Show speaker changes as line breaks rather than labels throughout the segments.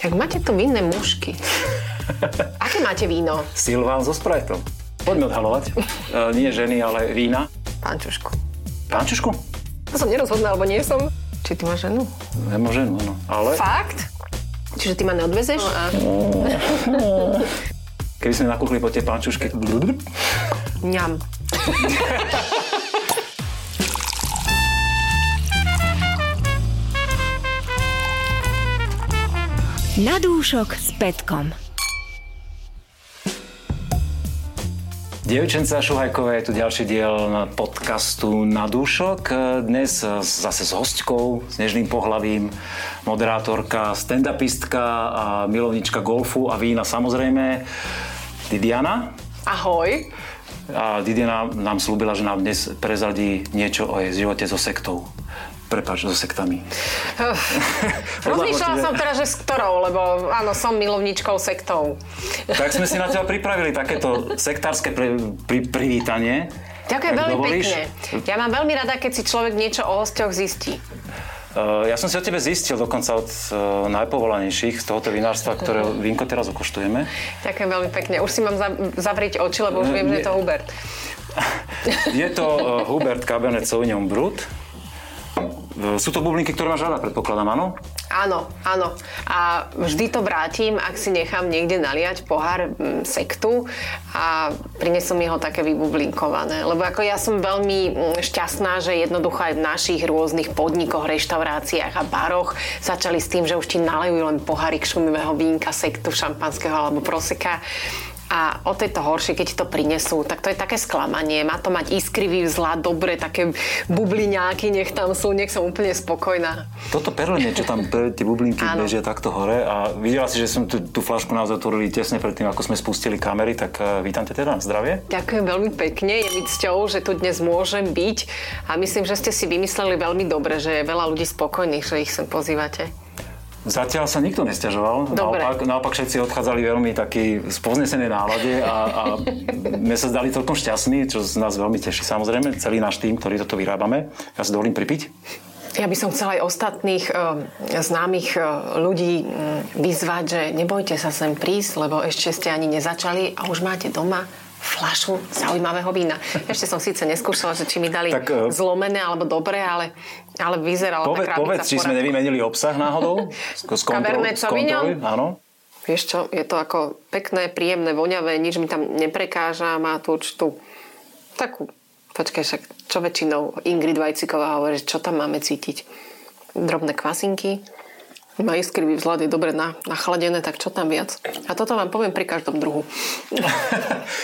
Tak máte tu vinné mušky. Aké máte víno?
Silván so Spriteom. Poďme odhalovať. E, nie ženy, ale vína.
Pán Čušku.
Pánčušku?
To som nerozhodná, alebo nie som. Či ty máš ženu?
Nemám ženu, áno. no, Ale
Fakt? Čiže ty ma neodvezeš? No,
keby sme nakúchli po tie pánčušky...
Ňam.
Na dúšok s Petkom.
Dievčenca Šuhajková je tu ďalší diel podcastu Na dušok. E, Dnes e, zase s hostkou, s nežným pohlavím, moderátorka, stand-upistka a milovnička golfu a vína samozrejme, Didiana.
Ahoj.
A Didiana nám slúbila, že nám dnes prezradí niečo o jej živote so sektou. Prepač, so sektami.
Rozmýšľala
Odľahlo ti,
som
že-
teraz, že s ktorou, lebo áno, som milovničkou sektov.
Tak sme si na teba pripravili takéto sektárske pri, pri, privítanie.
Ďakujem
Ak
veľmi
dovolíš.
pekne. Ja mám veľmi rada, keď si človek niečo o hostiach zistí.
Uh, ja som si o tebe zistil dokonca od uh, najpovolanejších z tohoto vinárstva, ktoré vínko teraz okoštujeme.
Ďakujem veľmi pekne. Už si mám za- zavrieť oči, lebo už
No,
viem, že
nie.
je to Hubert.
Je to uh, Hubert Cabernet Sauvignon Brut. Uh, Sú to bublinky, ktoré máš rada, predpokladám, áno?
Áno, áno. A vždy to vrátim, ak si nechám niekde naliať pohár mm, sektu a prinesú mi ho také vybublinkované. Lebo ako ja som veľmi mm, šťastná, že jednoducho aj v našich rôznych podnikoch, reštauráciách a baroch začali s tým, že už ti nalejú len pohárik šumivého vínka, sektu, šampanského alebo proseka. A o tejto horšie, keď ti to prinesú, tak to je také sklamanie. Má to mať iskrivý vzhľad, dobre, také bubliňáky, nech tam sú, nech som úplne spokojná.
Toto perlenie, čo tam pre tie bublinky
Áno.
bežia takto hore a videla si, že sme tú, tú flašku naozaj otvorili tesne predtým, ako sme spustili kamery, tak uh, vítam ťa teda, zdravie.
Ďakujem veľmi pekne, je mi cťou, že tu dnes môžem byť a myslím, že ste si vymysleli veľmi dobre, že je veľa ľudí spokojných, že ich sem pozývate.
Zatiaľ sa nikto nestiažoval.
Dobre.
Naopak, naopak všetci odchádzali veľmi taký z povznesenej nálade a, a my sa zdali celkom šťastní, čo z nás veľmi teší. Samozrejme, celý náš tým, ktorý toto vyrábame. Ja si dovolím pripiť.
Ja by som chcela aj ostatných e, známych e, ľudí mm, vyzvať, že nebojte sa sem prísť, lebo ešte ste ani nezačali a už máte doma flašu zaujímavého vína. Ešte som síce neskúšala, že či mi dali
Tak,
tak,
e,
zlomené alebo dobré, ale, ale vyzerala
Poved,
tá
povedz,
krabica
či
v
sme
poriadku.
nevymenili obsah náhodou. Sk- Skontrol,
Cabernet
skontroluj,
Sauvignon?
áno.
Vieš čo, je to ako pekné, príjemné, voňavé, nič mi tam neprekáža, má tú určitú takú, počkaj však, čo väčšinou Ingrid Vajciková hovorí, že čo tam máme cítiť? Drobné kvasinky, má iskrivý vzhľad, je dobre na, nachladené, tak čo tam viac? A toto vám poviem pri každom druhu.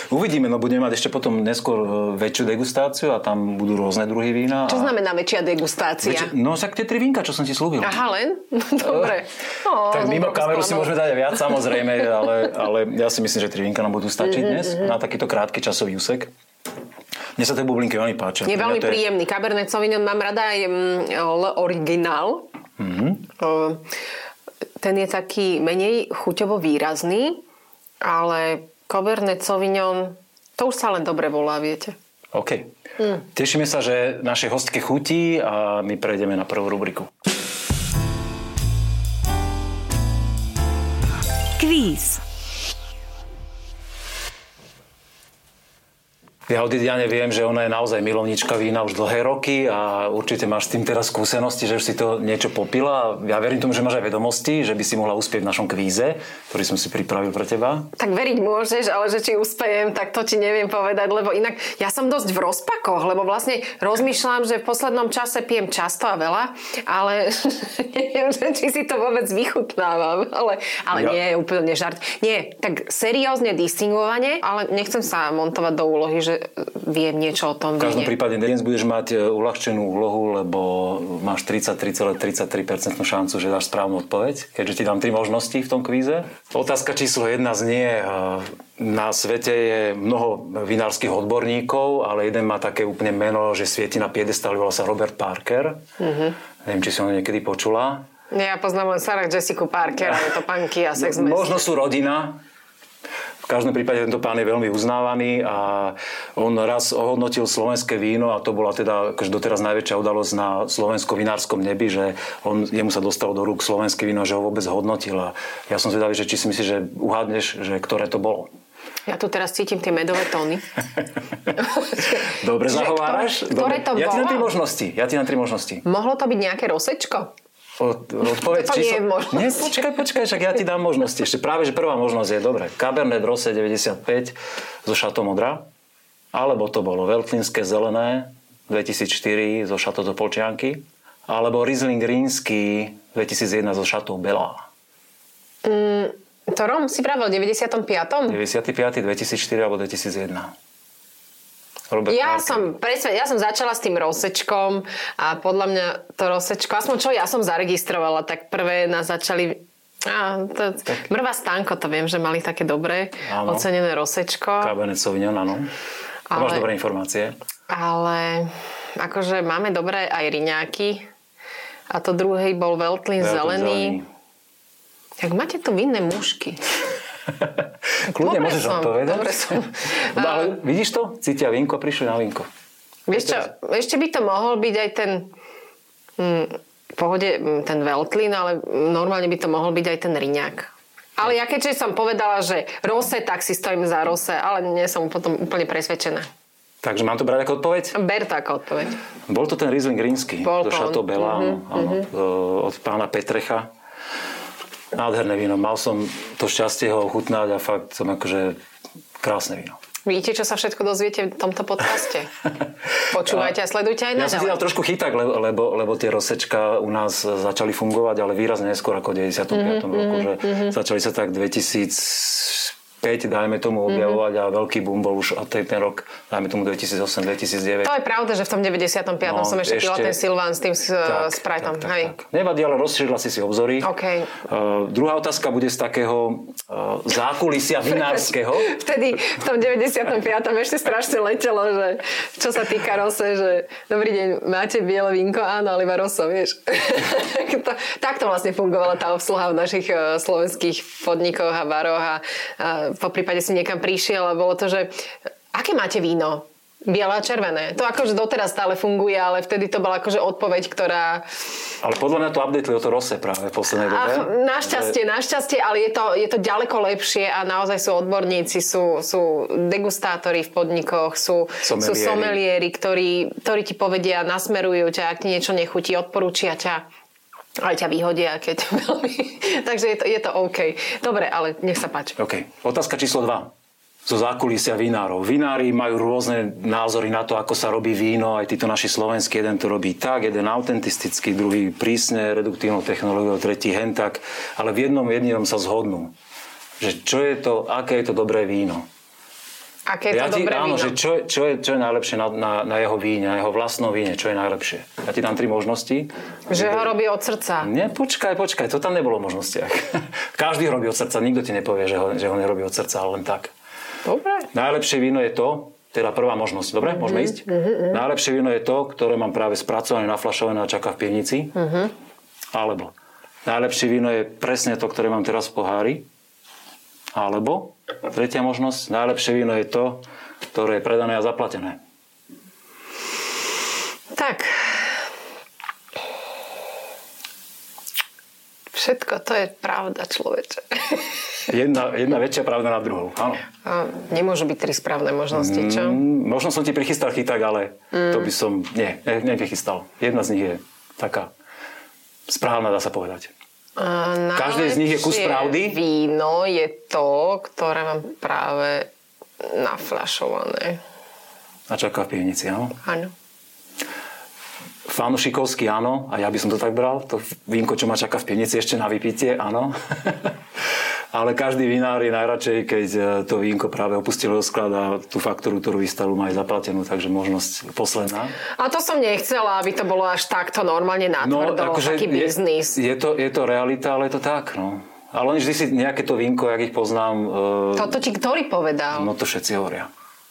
Uvidíme, no budeme mať ešte potom neskôr e, väčšiu degustáciu a tam budú rôzne druhy vína.
Čo
a...
znamená väčšia degustácia?
Väčšie- No však tie tri vínka, čo som ti slúbil.
Aha, len? Dobre. No, Ó, som
tak mimo
trochu
kameru si
sklamala.
môžeme dať aj viac, samozrejme, ale, ale ja si myslím, že tri vínka nám budú stačiť
Mhm,
dnes na takýto krátky časový úsek. Mne sa tie bublinky veľmi páčia.
Je
Pre mňa
veľmi
no to je-
príjemný. Cabernet Sauvignon mám rada aj mm, originál.
Mhm.
Mm-hmm. Ten je taký menej chuťovo výrazný, ale Cabernet Sauvignon, to už sa len dobre volá, viete.
OK.
Mhm.
Tešíme sa, že naše hostke chutí a my prejdeme na prvú rubriku.
Kvíz.
Ja od Didiane viem, že ona je naozaj milovnička vína už dlhé roky a určite máš s tým teraz skúsenosti, že už si to niečo popila. Ja verím tomu, že máš aj vedomosti, že by si mohla uspieť v našom kvíze, ktorý som si pripravil pre teba.
Tak veriť môžeš, ale že či uspejem, tak to ti neviem povedať, lebo inak ja som dosť v rozpakoch, lebo vlastne rozmýšľam, že v poslednom čase pijem často a veľa, ale neviem, že či si to vôbec vychutnávam, ale, ale ja.
Ja-
nie, úplne žart. Nie, tak seriózne, distingovanie, ale nechcem sa montovať do úlohy, že viem niečo o tom
V každom
víne.
prípade dnes budeš mať e, ľahčenú úlohu, lebo máš 33,33% šancu, že dáš správnu odpoveď, keďže ti dám tri možnosti v tom kvíze. Otázka číslo jedna znie, e, na svete je mnoho vinárskych odborníkov, ale jeden má také úplne meno, že svieti na piedestáli, volá sa Robert Parker.
Mhm.
Neviem, či si ho niekedy počula.
No Ja poznám len Sarah Jessica Parker, ale to panky a sex
Možno sú rodina, každom prípade tento pán je veľmi uznávaný a on raz ohodnotil slovenské víno a to bola teda akože doteraz najväčšia udalosť na slovensko-vinárskom nebi, že on, jemu sa dostalo do rúk slovenské víno, že ho vôbec hodnotil a ja som zvedavý, že či si myslíš, že uhádneš, že ktoré to bolo.
Ja tu teraz cítim tie medové tóny.
Dobre,
Že
zahováraš?
ktoré- ktoré
Dobre.
to
ja ti na
bola?
tri možnosti. Ja ti na tri možnosti.
Mohlo to byť nejaké rosečko?
Od, odpoveď
To nie
číslo...
je možnosť.
Nie, počkaj, počkaj, však ja ti dám možnosti. Ešte práve, že prvá možnosť je, dobre, Cabernet Rosé 95 so šatom modra, alebo to bolo Veltlínske zelené 2004 zo šatou do Polčianky, alebo Riesling Rínsky 2001 zo šatou Belá.
To Rom si pravil v 95.
95, 2004 alebo 2001. Robert
Ja
Parker.
som, presne, ja som začala s tým rosečkom a podľa mňa to rosečko, aspoň čo ja som zaregistrovala, tak prvé nás začali Á, to, Mrva Stanko, to viem, že mali také dobré
Áno.
ocenené rosečko,
Cabernet Sauvignon, áno. Ale... Máš
Ale-
dobré informácie.
ale akože máme dobré aj riňáky a to druhý bol Veltlin zelený. Tak máte tu vinné mušky.
Kľudne
Dobre
môžeš
som,
odpovedať.
dobre som.
No, ale vidíš to? Cítia vinko, prišli na vinko.
Vieš čo, ešte by to mohol byť aj ten... Mm, v pohode mm, ten Veltlin, ale mm, normálne by to mohol byť aj ten Riňák. Ale ja keďže som povedala, že Rose, tak si stojím za Rose, ale nie som potom úplne presvedčená.
Takže mám to brať ako odpoveď?
Ber to ako odpoveď.
Bol to ten Riesling Rínsky,
Bol to
do
on. Mhm,
Chateau Bela, áno, áno, e, od pána Petrecha. Nádherné víno. Mal som to šťastie ho ochutnať a fakt som akože krásne víno.
Vidíte, čo sa všetko dozviete v tomto podcaste? Počúvajte a sledujte aj
Ja som si dal
naďalej.
trošku chytak, lebo, lebo, lebo tie rozsečka u nás začali fungovať, ale výrazne neskôr ako v 95.
Mhm,
roku, že začali sa tak 2005, dajme tomu, objavovať a veľký boom bol už od tej- ten rok, dajme tomu 2008, 2009.
To je pravda, že v tom 95.
No,
som ešte
ešte-
pila ten Silván s tým s-
Tak,
Spriteom.
tak, tak,
Hej.
tak. Nevadí, ale rozšírila si si obzory.
OK.
Uh, druhá otázka bude z takého uh, zákulisia vinárskeho.
Vtedy v tom 95. ešte strašne letelo, že čo sa týka rose, že dobrý deň, máte biele vínko? Áno, ale iba roso, vieš. to, takto vlastne fungovala tá obsluha v našich eh, slovenských podnikoch a baroch a, a po prípade si niekam prišiel a bolo to, že aké máte víno? Biele a červené. To akože doteraz stále funguje, ale vtedy to bola akože odpoveď, ktorá
Ale podľa mňa to updateli o to rose práve v poslednej dobe.
Ach, našťastie, našťastie, ale je to, je to ďaleko lepšie a naozaj sú odborníci, sú, sú degustátori v podnikoch, sú
Someliéri.
sú someliéri ktorí, ktorí ti povedia, nasmerujú ťa, ak ti niečo nechutí, odporúčia ťa aj ťa vyhodia, keď veľmi... Takže je to, je to OK. Dobre, ale nech sa páči.
OK. Otázka číslo 2. Zo zákulisia vinárov. Vinári majú rôzne názory na to, ako sa robí víno. Aj títo naši slovenskí, jeden to robí tak, jeden autentisticky, druhý prísne, reduktívnou technológiou, tretí hen tak. Ale v jednom jedinom sa zhodnú. Že čo je to, aké je to dobré víno.
Aké je to
ja ti,
dobré
áno,
víno?
že čo, je- čo, je, čo je najlepšie na, na, na jeho víne, na jeho vlastnom víne, čo je najlepšie. Ja ti dám tri možnosti.
Že ho robí od srdca.
Nie, počkaj, počkaj, to tam nebolo v možnostiach. Každý robí od srdca, nikto ti nepovie, že ho, že ho nerobí od srdca, ale len tak.
Dobre.
Najlepšie víno je to, teda prvá možnosť, dobre, môžeme ísť? Najlepšie víno je to, ktoré mám práve spracované, naflašované a čaká v pivnici. Alebo najlepšie víno je presne to, ktoré mám teraz v pohári. Alebo tretia možnosť, najlepšie víno je to, ktoré je predané a zaplatené.
Tak. Všetko to je pravda, človeče.
Jedna, jedna väčšia pravda na druhou, áno.
A nemôžu byť tri správne možnosti, čo?
Mm, možno som ti prichystal chyták, ale to by som... Nie, ne- neprichystal. Jedna z nich je taká správna, dá sa povedať.
A
Každej z nich je kus
najlepšie
pravdy?
Víno je to, ktoré mám práve naflašované.
A čaká v pivnici, áno.
Áno.
Fanušikovský, áno. A ja by som to tak bral. To vínko, čo ma čaká v pivnici ešte na vypitie, áno. ale každý vinár je najradšej, keď e, to vínko práve opustilo do sklad a tú faktúru, ktorú vystavil, má aj zaplatenú, takže možnosť posledná.
A to som nechcela, aby to bolo až takto normálne natvrdo, no, akože taký
je,
biznis.
Je to, je to realita, ale je to tak, no. Ale oni vždy si nejaké to vínko, jak ich poznám, e,
Toto ti ktorý povedal?
no to všetci hovoria.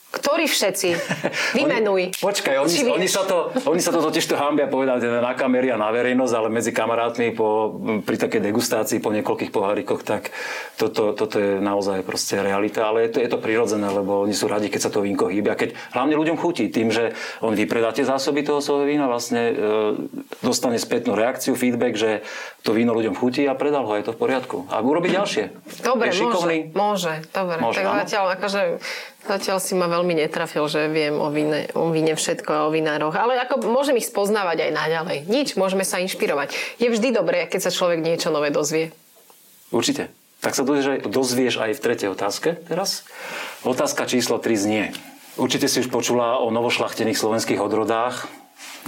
Ktorí všetci? Vymenuj.
Oni, počkaj, oni,
Či
oni,
vieš?
sa to, oni sa to totiž to hambia povedať na kamery a na verejnosť, ale medzi kamarátmi po, pri takej degustácii po niekoľkých pohárikoch, tak toto, toto je naozaj proste realita. Ale je to, je to prirodzené, lebo oni sú radi, keď sa to vínko hýbe. A keď hlavne ľuďom chutí tým, že on vypredá tie zásoby toho svojho vína, vlastne e, dostane spätnú reakciu, feedback, že to víno ľuďom chutí a predal ho, je to v poriadku. A urobí ďalšie.
Dobre,
je
môže,
šikovný.
môže, dobre.
Môže,
tak
áno.
zatiaľ, akože, zatiaľ si ma veľmi netrafil, že viem o víne, o víne všetko a o vinároch, ale ako môžem ich spoznávať aj naďalej. Nič, môžeme sa inšpirovať. Je vždy dobré, keď sa človek niečo nové dozvie.
Určite. Tak sa dozvieš, dozvieš aj v tretej otázke teraz. Otázka číslo 3 znie. Určite si už počula o novošlachtených slovenských odrodách.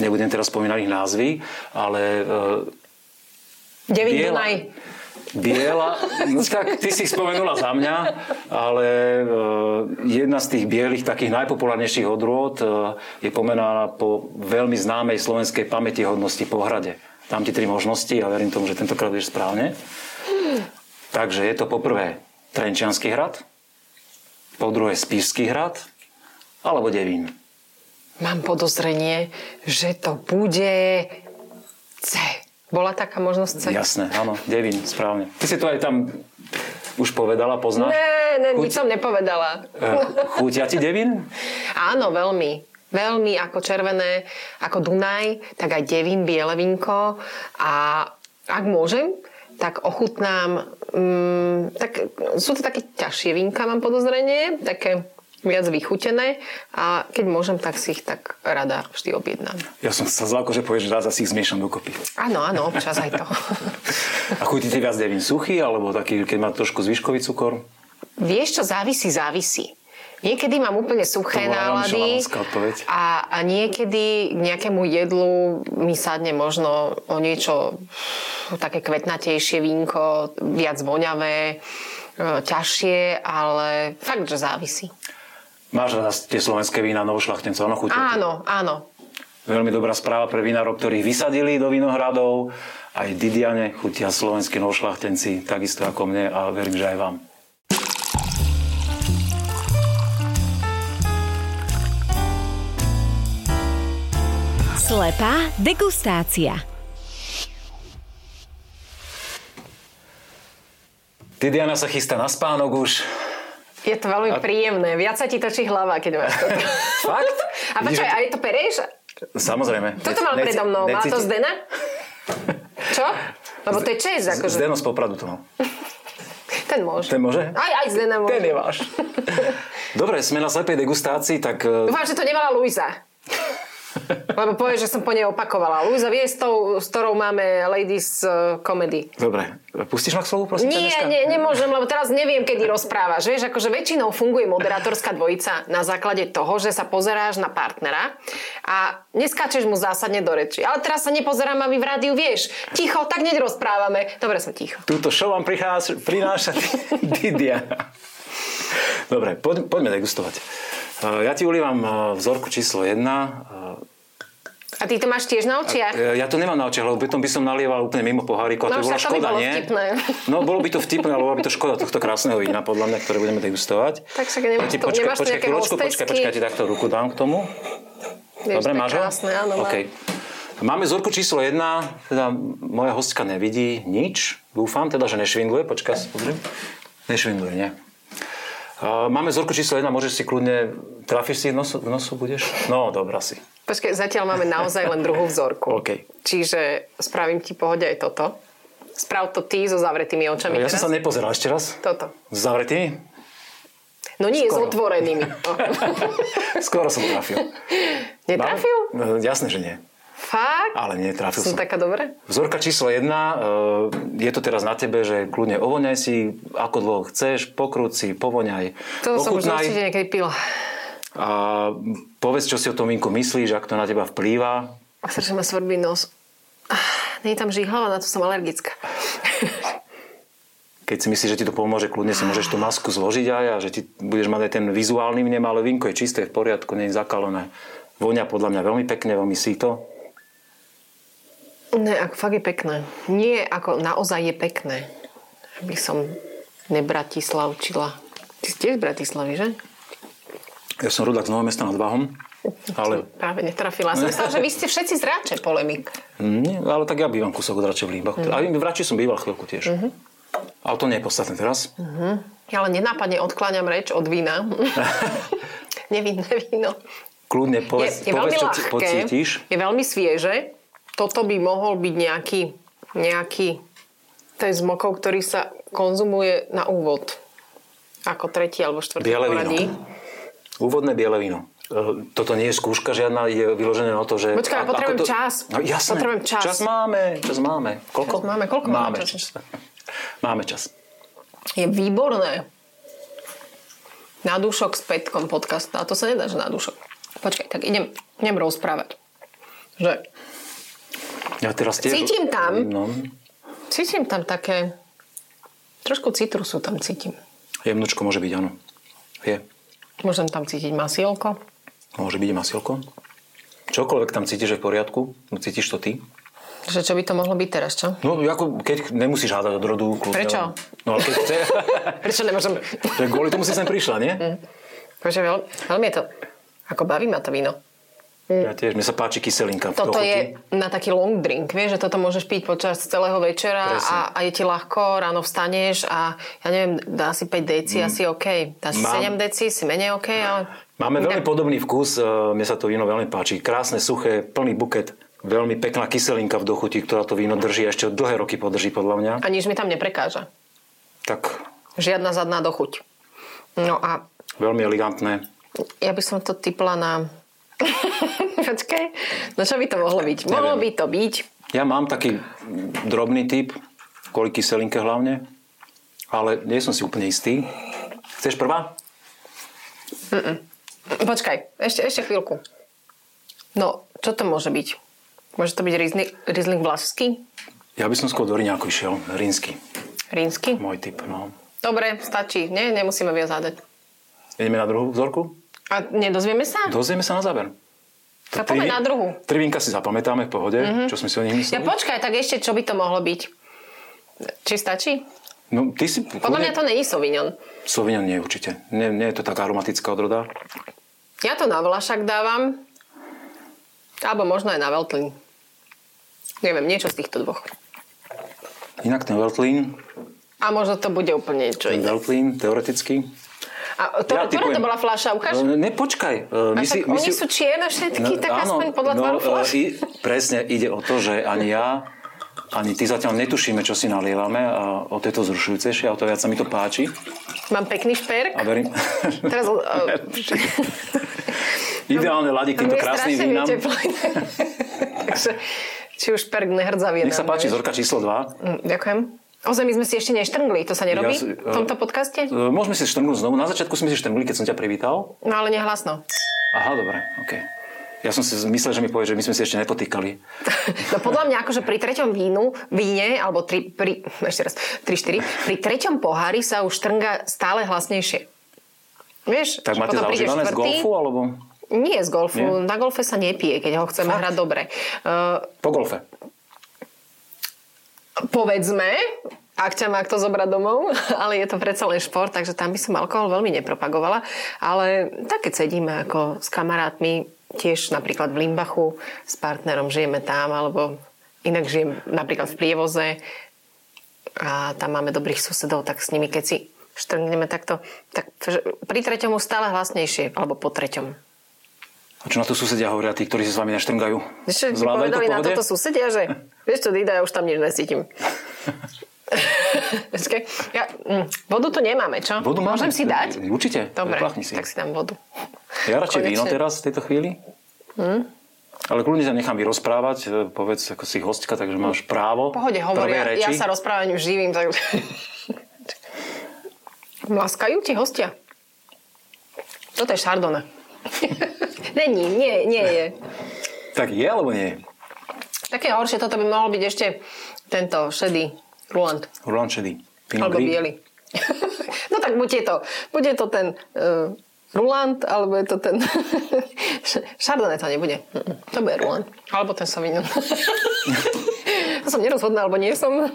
Nebudem teraz spomínať ich názvy, ale... e,
Devin
Biela.
Dunaj.
E, biela, no, tak ty si ich spomenula za mňa, ale e, jedna z tých bielých takých najpopulárnejších odrôd e, je pomenaná po veľmi známej slovenskej pamäti hodnosti Pohrade. Dám ti tri možnosti a verím tomu, že tentokrát vieš správne. Takže je to poprvé Trenčianský hrad, po druhé Spišský hrad, alebo Devín.
Mám podozrenie, že to bude C. Bola taká možnosť C?
Jasné, áno, Devín, správne. Ty si to aj tam už povedala, poznáš?
Ne, ne,
Chuť-
nič som nepovedala.
E, Chutia ti Devín?
Áno, veľmi. Veľmi ako červené, ako Dunaj, tak aj devín, biele vinko. A ak môžem, tak ochutnám... Mm, tak, sú to také ťažšie vinka, mám podozrenie, také viac vychutené a keď môžem, tak si ich tak rada vždy objednám.
Ja som sa zláko, že povieš, že raz asi ich zmiešam dokopy.
Áno, áno, občas aj to.
A chutí ti viac Devín suchý, alebo taký, keď má trošku zvyškový cukor?
Vieš čo, závisí, závisí. Niekedy mám úplne suché
To bola
nálady
nonšalantská odpoveď.
a, a niekedy k nejakému jedlu mi sadne možno o niečo také kvetnatejšie vínko, viac voňavé, e, ťažšie, ale fakt, že závisí.
Máš rada tie slovenské vína novošlachtencov, áno, chutia ti.
Áno, áno.
Veľmi dobrá správa pre vinárov, ktorých vysadili do vinohradov. Aj Didiane chutia slovenskí novošlachtenci, takisto ako mne a verím, že aj vám.
Slepá degustácia.
Didiana sa chystá na spánok už.
Je to veľmi
A-
príjemné. Viac sa ti točí hlava, keď máš to.
Fakt?
A
Vidíš,
počkaj,
že
a je to pereš?
to- Samozrejme.
Toto mal
Neci-
predo mnou. Má to
necíti-
Zdena? Čo? Lebo to je Čes,
Z-
akože.
Zdeno z Popradu to mal.
Ten môže.
Ten môže?
Aj, aj Zdena môže.
Ten je váš. Dobre, sme na slepej degustácii, tak... e,
Dúfam, že to nemala Luisa. Lebo povie, že som po nej opakovala. Luisa vie, s, tou, s ktorou máme Ladies eh, Comedy.
Dobre, pustíš ma k slovu, prosím? ťa,
Nie,
dneska?
nie, nemôžem, lebo teraz neviem, kedy rozprávaš. Vieš, akože väčšinou funguje moderátorská dvojica na základe toho, že sa pozeráš na partnera a neskáčeš mu zásadne do reči. Ale teraz sa nepozerám a vy v rádiu vieš. Ticho, tak hneď rozprávame. Dobre, som ticho.
Túto show vám prichás, prináša Didia. Dobre, poď, poďme degustovať. E, Ja ti ulievam e, vzorku číslo 1.
A ty to máš tiež na očiach?
Ja to nemám na očiach, lebo potom by som nalieval úplne mimo poháriku a
No,
to
však
bola
to by
škoda,
bolo
nie?
vtipné.
No, bolo by to vtipné, ale bola by to škoda tohto krásneho vína, podľa mňa, ktoré budeme degustovať.
Tak však nemá-
Ja ti
to- nemáš tu nejaké
chvíľočku, počkaj,
hostejsky?
počkaj, ja ti takto ruku dám k tomu.
Vieš, to
Dobre,
je
máš ho?
krásne, áno, mám.
OK. Máme vzorku číslo 1, teda moja hostka nevidí nič, dúfam, teda, že nešvindluje, počkaj, si pozriem. Nešvindluje, nie. Uh, Máme vzorku číslo 1, môžeš si kľudne, trafíš si v nosu, v nosu budeš? No, dobrá si.
Počkaj, zatiaľ máme naozaj len druhú vzorku.
OK.
Čiže spravím ti pohode aj toto. Sprav to ty so zavretými očami
Ja
teraz.
som sa nepozeral ešte raz.
Toto.
S zavretými?
No nie,
Skoro.
s otvorenými. O.
Skoro som trafil.
Netrafil?
Mám- No, jasné, že nie.
Fakt?
Ale nie, trafil som.
Som taká dobrá?
Vzorka číslo 1, je to teraz na tebe, že kľudne ovoňaj si, ako dlho chceš, pokrúť si, povoňaj,
To som už
ochutnaj
určite niekedy pila.
a povedz, čo si o tom vínku myslíš, ak to na teba vplýva.
A strašne ma svrbí nos. Ah, Nie je tam žihlava, na to som alergická.
Keď si myslíš, že ti to pomôže, kľudne si môžeš tú masku zložiť aj a že ti budeš mať aj ten vizuálny vnem, ale vínko je čisté, v poriadku, nie je zakalené. Voňa podľa mňa veľmi pekne, veľmi síto.
Ne, ako fakt je pekné. Nie, ako naozaj je pekné. Aby som nebratislavčila. Ty si tiež z Bratislavy, že?
Ja som rodák z Nového mesta nad Váhom, ale,
Práve netrafila som
No.
sa, že vy ste všetci z Rače, polemik.
Mm, nie, ale tak ja bývam kúsok od Rače v Límbach.
Mhm.
A v Rači som býval chvíľku tiež. Ale to nie je podstatné teraz.
Ja ale nenápadne odkláňam reč od vína. Nevinné víno.
Kľudne povedz,
je, je
povedz
veľmi
čo
ľahké,
c- pocítiš.
je veľmi svieže. Toto by mohol byť nejaký, nejaký ten z mokov, ktorý sa konzumuje na úvod. Ako tretí alebo štvrtý
Biele víno.
poradí.
Úvodné biele víno. E, Toto nie je skúška žiadna, ide vyložené o to, že...
Počkaj, ja
a- ako
potrebujem
to-
čas.
No jasné.
Potrebujem čas.
Čas máme, čas máme. Koľko?
Čas máme, koľko máme
máme
času?
čas. Máme čas.
Je výborné. Na dušok s Petkom podcast. A to sa nedá, že na dušok. Počkaj, tak idem, idem rozprávať. Že
Ja teraz tiež...
Cítim tam.
No,
cítim tam také... Trošku citrusu tam cítim.
jemnočko môže byť, áno. Je.
Môžem tam cítiť masielko.
Môže byť masielko. Čokoľvek tam cítiš, že je v poriadku, no cítiš to ty.
Že čo by to mohlo byť teraz, čo?
No, ako keď nemusíš hádať od rodu. Kľudne.
Prečo?
No, ale keď chce,
Prečo nemôžem?
že kvôli tomu si sem prišla, nie?
Mm. Prečo veľ, veľmi je to... Ako baví ma to víno.
Ja tiež, mne sa páči kyselinka. v
Toto
toho
je na taký long drink, vieš, že toto môžeš piť počas celého večera
Presne.
a, a, je ti ľahko, ráno vstaneš a ja neviem, dá si 5 deci, asi OK. Dá si
Mm. Mám-
7 deci, si menej OK, ale...
Máme veľmi podobný vkus, e, mne sa to víno veľmi páči. Krásne, suché, plný buket, veľmi pekná kyselinka v dochuti, ktorá to víno drží a ešte dlhé roky podrží podľa mňa.
A nič mi tam neprekáža.
Tak
Žiadna zadná dochuť. No a
veľmi elegantné.
ja by som to typla na... Počkej, no čo by to mohlo byť? Mohlo by
Neviem.
to byť...
Ja mám taký drobný typ, kvôli kyselinke hlavne, ale nie som si úplne istý. Chceš prvá?
Počkaj, ešte, ešte chvíľku. No, čo to môže byť? Môže to byť Riesling, Riesling vlašský?
Ja by som skôr do Riňáku išiel, rínsky,
Rínsky?
môj typ. No.
Dobre, stačí. Nie, nemusíme viac hádať.
Ideme na druhú vzorku?
A nedozvieme sa?
Dozvieme sa na záver.
Tak poďme
vi-
na druhú. Mhm.
Tri No. vínka si zapamätáme v pohode, čo sme si o nich
Ja
mysleli.
počkaj, tak ešte čo by to mohlo byť? Či stačí?
no, ty si
Podľa mňa to není Sauvignon.
Sauvignon nie určite. Nie, nie je to taká aromatická odroda.
Ja to na Vlašak dávam. Alebo možno aj na Veltlin. Neviem, niečo z týchto dvoch.
Inak ten Veltlín,
A možno to bude úplne niečo
ten
iné.
Veltlín teoreticky.
A to, ktorá
typujem-
to bola fľaša? Ukáž?
No, ne, počkaj. e,
A
My si,
však
my
oni
si, No,
sú čierne všetky, tak
áno,
aspoň podľa tvaru
e,
fľaš.
i- Presne, ide o to, že ani ja, ani ty zatiaľ netušíme, čo si nalievame a o tejto zrušujúcejšie a o to viac sa mi to páči.
Mám pekný šperk.
A verím,
Teraz... Uh,
ideálne
No,
ladí k týmto krásnym vínam.
Takže, či už šperk nehrdzavie.
Nech sa
nám,
páči,
vieš.
zorka číslo 2.
Mm, Ďakujem. Ozaj, my sme si ešte neštrngli, to sa nerobí
Ja si-
v tomto podcaste?
E, Môžeme si štrnúť znovu. Na začiatku sme si štrnuli, keď som ťa privítal.
No ale nehlasno.
Aha, dobre, OK. Ja som si myslel, že mi povie, že my sme si ešte nepotýkali.
No podľa mňa akože pri treťom vínu, víne, alebo tri, pri, ešte raz, 3-4, pri treťom pohári sa už trnga stále hlasnejšie. Vieš,
Tak
že
máte
potom príde
zaužívané z
štvrtý.
golfu, alebo
Nie z golfu.
Nie?
Na golfe sa nepije, keď ho chceme hrať dobre. Uh,
po golfe?
povedzme, ak ťa má kto zobrať domov, ale je to predsa len šport, takže tam by som alkohol veľmi nepropagovala. Ale tak keď sedíme ako s kamarátmi, tiež napríklad v Limbachu, s partnerom žijeme tam, alebo inak žijem napríklad v Prievoze a tam máme dobrých susedov, tak s nimi keď si štrngneme takto, tak že pri treťom už stále hlasnejšie, alebo po treťom.
A čo na to susedia hovoria, tí, ktorí si s vami neštrngajú?
Ešte ti
Zvládajú
povedali
v
na
pohode?
toto susedia, že vieš čo, Dida, ja už tam nič necítim. Počkaj, ja, mm, vodu tu nemáme, čo?
Vodu máme. E,
Môžem si dať?
Určite.
Dobre,
Plachni si.
tak si dám vodu.
Ja radšej víno
Konečne. Hm?
teraz v tejto chvíli. Ale kľudne sa nechám vyrozprávať. e, Povedz, ako si hostka, takže máš právo.
V pohode
prvej
hovoria,
reči.
ja sa rozprávaniu živím, takže... Mlaskajú ti hostia. Toto je šardona. Není, nie, nie je.
Tak je alebo nie je?
Také horšie, toto by mohol byť ešte tento šedý rulant.
Roland Shady. Pinot
Alebo
Gris.
biely. no tak buď je to, buď je to ten uh, Rulant, alebo je to ten... Š- Chardonnay to nebude. Mm, To bude Rulant. Alebo ten Sauvignon. to som nerozhodná, alebo nie som.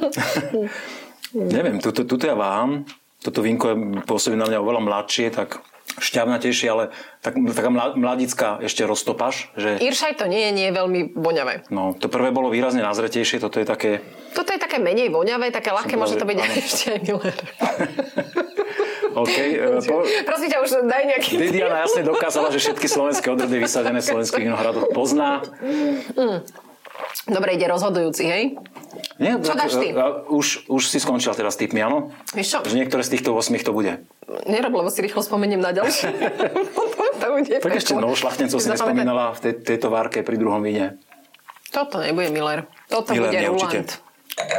Neviem, tuto, tuto ja váham. toto vínko je, pôsobí na mňa oveľa mladšie, tak šťavnatejšie, ale tak, taká mla- mladická ešte roztopaš. Že,
Iršaj to nie je, nie je veľmi voňavé.
no, to prvé bolo výrazne nazretejšie, toto je také,
Toto je také menej voňavé, také ľahké,
Som
môže to
povedal,
byť
áno.
ešte aj Miller.
OK, e, po,
Prosím ťa, už daj nejaký...
Didiana jasne dokázala, že všetky slovenské odrody vysadené v slovenských vinohradoch pozná.
Dobre, ide rozhodujúci, hej?
Nie, e,
Čo dáš ty?
a- a- Už, už si skončila teda s typmi, áno?
Vieš čo?
Že niektoré z týchto 8 to bude.
Nerob, lebo si rýchlo spomeniem na ďalšie. Potom to bude
Tak ešte
peklo.
novošľachtencov si
Zapamätaj.
nespomínala v tej, tejto várke pri druhom víne.
Toto nebude Miller. Toto
Miller,
bude
nie, určite.
Ruland.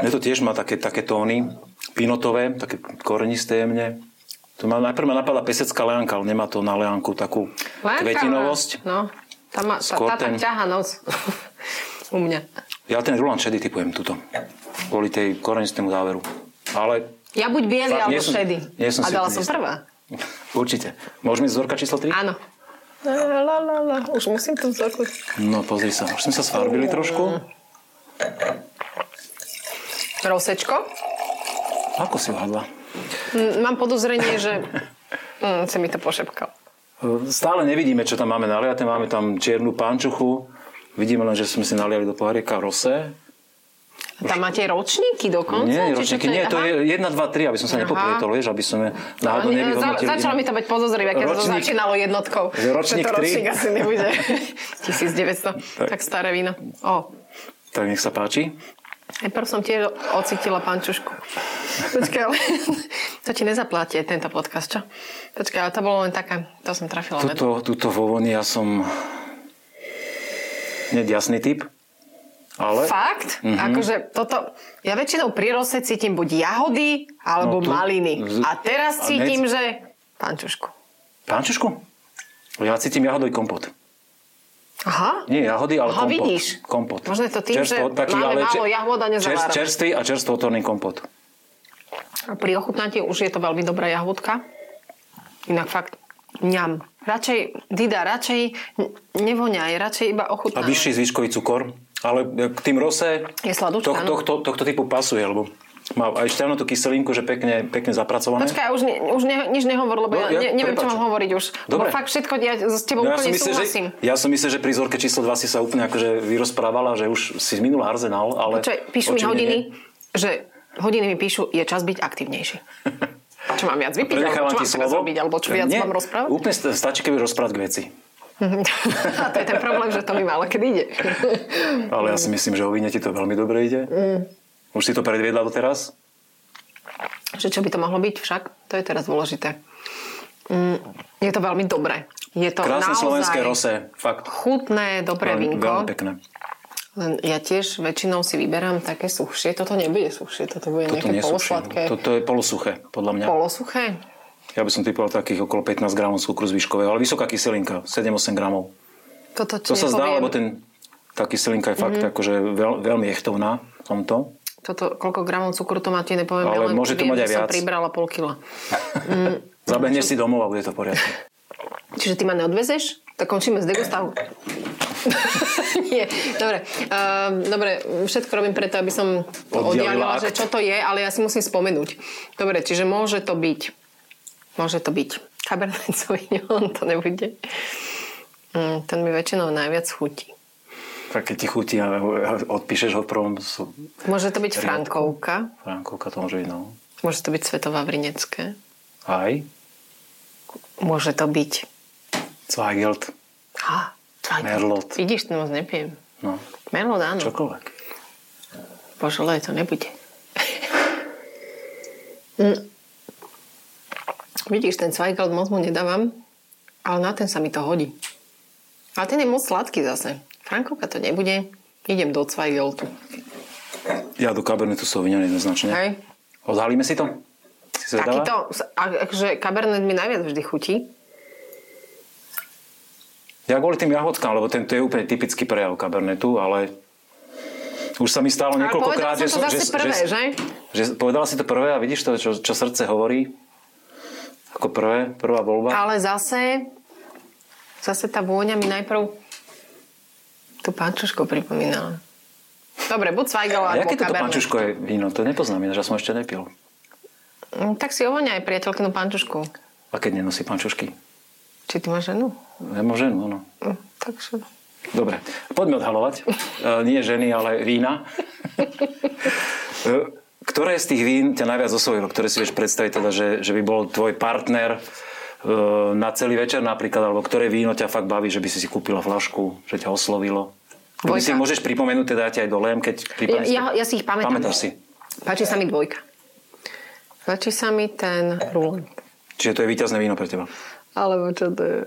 Mne to tiež má také, také tóny, pinotové, také korenisté jemne. To ma, najprv ma napadla pesecká leanka, ale nemá to na leanku takú
Lenka má-
kvetinovosť.
No, tá, má, tá,
Skôr
tá tam
ten-
ťaha nos. U mňa.
Ja ten Ruland šedý typujem tuto. Kvôli tej korenistému záveru. Ale
Ja buď biely,
Fakt, nie
alebo
som-
šedý.
nie som
A
si
dala
úplne
som
istý.
prvá.
určite. Môžeme ísť vzorka číslo 3?
Áno. La, la, la, la. Už musím to vzorku.
No pozri sa, už sme sa sfarbili trošku.
Rosečko?
Ako si uhadla?
Mm, Mám podozrenie, že mm, si mi to pošepkal.
Stále nevidíme, čo tam máme naliaté. Máme tam čiernu pančuchu. Vidíme len, že sme si naliali do pohárieka rose.
A Tam máte ročníky dokonca?
nie,
Či čo
ročníky, nie, to
Aha.
je 1, 2, 3, aby som sa
Aha.
nepoprietol, vieš, aby som náhodou
Ale, e, za-
nevyhodnotil.
Začalo mi to byť podozrivé, keď sa to
Ročník-
začínalo jednotkou.
Že ročník
že to
tri.
ročník asi nebude. 1900, tak, staré víno. O,
Tak nech sa páči.
najprv som tiež ocítila pančušku. Počkaj, ale to ti nezaplatí tento podcast, čo? Počkaj, ale to bolo len také, to som trafila. med.
Tuto, tuto vo voni ja som... Hneď jasný typ. Ale... Mhm.
Fakt? Akože toto, ja väčšinou pri rose cítim buď jahody, alebo
No tu-
maliny.
z-
A teraz
a nec-
cítim, že pančušku.
Pančušku? Ja cítim jahodový kompot.
Aha.
Nie jahody, ale
Aha,
kompot.
vidíš.
Kompot.
Možno je to tým, že máme málo jahôd a nezavárame.
Čerstvý a čerstvotorný kompot.
A Pri ochutnatí už je to veľmi dobrá jahôdka. Inak fakt, ňam. Radšej, Dida, radšej n- nevoňaj, radšej iba
A
ochutnávaj.
vyšší zvyškový cukor. Ale e, k tým rose
Je sladučka,
toh-
áno.
tohto, tohto typu pasuje, lebo má aj šťavnú tú kyselinku, že pekne, pekne zapracované.
Počkaj, už, ne, už ne, nič nehovor, lebo ja,
No, ja-
ne, neviem, čo
prepáč.
mám hovoriť už.
Dobre.
Lebo fakt všetko, ja s tebou
No
úplne
myslel, že,
súhlasím.
ja som myslel, že pri zorke číslo 2 si sa úplne akože vyrozprávala, že už si minul arzenál, ale...
No Čo, píšu mi
očividne
hodiny,
nie.
že hodiny mi píšu, je čas byť aktívnejší. Čo mám viac vypiť, alebo
Prenechávam
čo
ti
mám teraz
slovo.
robiť, alebo čo viac
Nie,
mám rozprávať?
Úplne sta- stačí, keby rozprávať k veci.
A to je ten problém, že to mi málo kedy ide. Mm.
Ale ja si myslím, že o víne ti to veľmi dobre ide. Už si to predviedla doteraz?
že čo by to mohlo byť však, to je teraz dôležité. Mm, je to veľmi dobré. Je to No,
Krásne
naozaj
slovenské rose, fakt.
chutné, dobré
Veľmi,
vínko.
veľmi pekné.
Len ja tiež väčšinou si vyberám také suchšie. Toto nebude suchšie, toto bude nejaké
Toto nie sú všetko.
polosladké.
Toto je polosuché, podľa mňa.
Polosuché?
Ja by som typoval takých okolo 15 gramov cukru z výškového, ale vysoká kyselinka, 7-8 gramov.
Toto ti
To sa zdá,
nepoviem.
lebo ten, tá kyselinka je
Mhm.
fakt akože veľ, veľmi jechtovná v tomto.
Toto, koľko gramov cukru to má, ti nepoviem.
Ale
ja len
môže to
viem,
mať aj
že som
viac.
pribrala pol kila.
Zabehneš si domov a bude to v poriadku.
Čiže ty ma neodvezeš? Tak končíme s degustávom. Nie, dobre. Uh, dobre, všetko robím preto, aby som
Oddialila
oddialila, že
akt.
čo to je, ale ja si musím spomenúť. Dobre, čiže môže to byť. Môže to byť. Cabernet Sauvignon to nebude. Mm, ten mi väčšinou najviac chutí.
Tak keď ti chutí a a odpíšeš ho v prvom, sú-
Môže to byť Frankovka.
Frankovka to môže byť, no.
Môže to byť Svetovavrinecké.
Aj,
Môže to byť...
Zweigelt,
Á, Zweigelt.
Merlot.
Vidíš, to moc nepijem.
no,
Merlot áno.
čokoľvek.
Božolej to nebude. mm. No. Vidíš, ten Zweigelt moc mu nedávam, ale na ten sa mi to hodí. Ale ten je moc sladký zase. Frankovka to nebude. Idem do Zweigeltu.
Ja do Cabernetu Sauvignon jednoznačne.
Hej.
Odhalíme si to? Si zvedavá?
Takýto, a- akože Cabernet mi najviac vždy chutí.
Ja kvôli tým jahodkám, lebo ten to je úplne typický prejav kabernetu, ale už sa mi stalo
Ale povedala
niekoľkokrát,
som
že,
to
som-
zase prvé, že?
že? Povedala si to prvé a vidíš to, čo, čo srdce hovorí? Ako prvé, prvá voľba.
Ale zase, zase tá vôňa mi najprv tú pančušku pripomínala. Dobre, buď Zweigel
A
alebo
aké toto
Cabernet.
pančuško je víno? To nepoznám, ináč, ja som ešte nepil.
Mm, Tak si ovoňaj priateľkinu pančušku.
A keď nenosí pančušky?
no Či ty máš ženu?
Nemá ženu, áno.
Mm, Takže...
Dobre, poďme odhalovať. E, nie ženy, ale vína. E, Ktoré z tých vín ťa najviac osvojilo? Ktoré si vieš predstaviť teda, že, že by bol tvoj partner e, na celý večer napríklad, alebo ktoré víno ťa fakt baví, že by si si kúpila flašku, že ťa oslovilo? Keby
Dvojka.
si môžeš pripomenúť, teda ja ti aj dolem, keď
Ja,
prípadne...
ja, ja si ich pamätám.
Pamätáš si.
Páči sa mi dvojka. Páči sa mi ten rulant.
Čiže to je víťazné víno pre teba.
Alebo čo to je?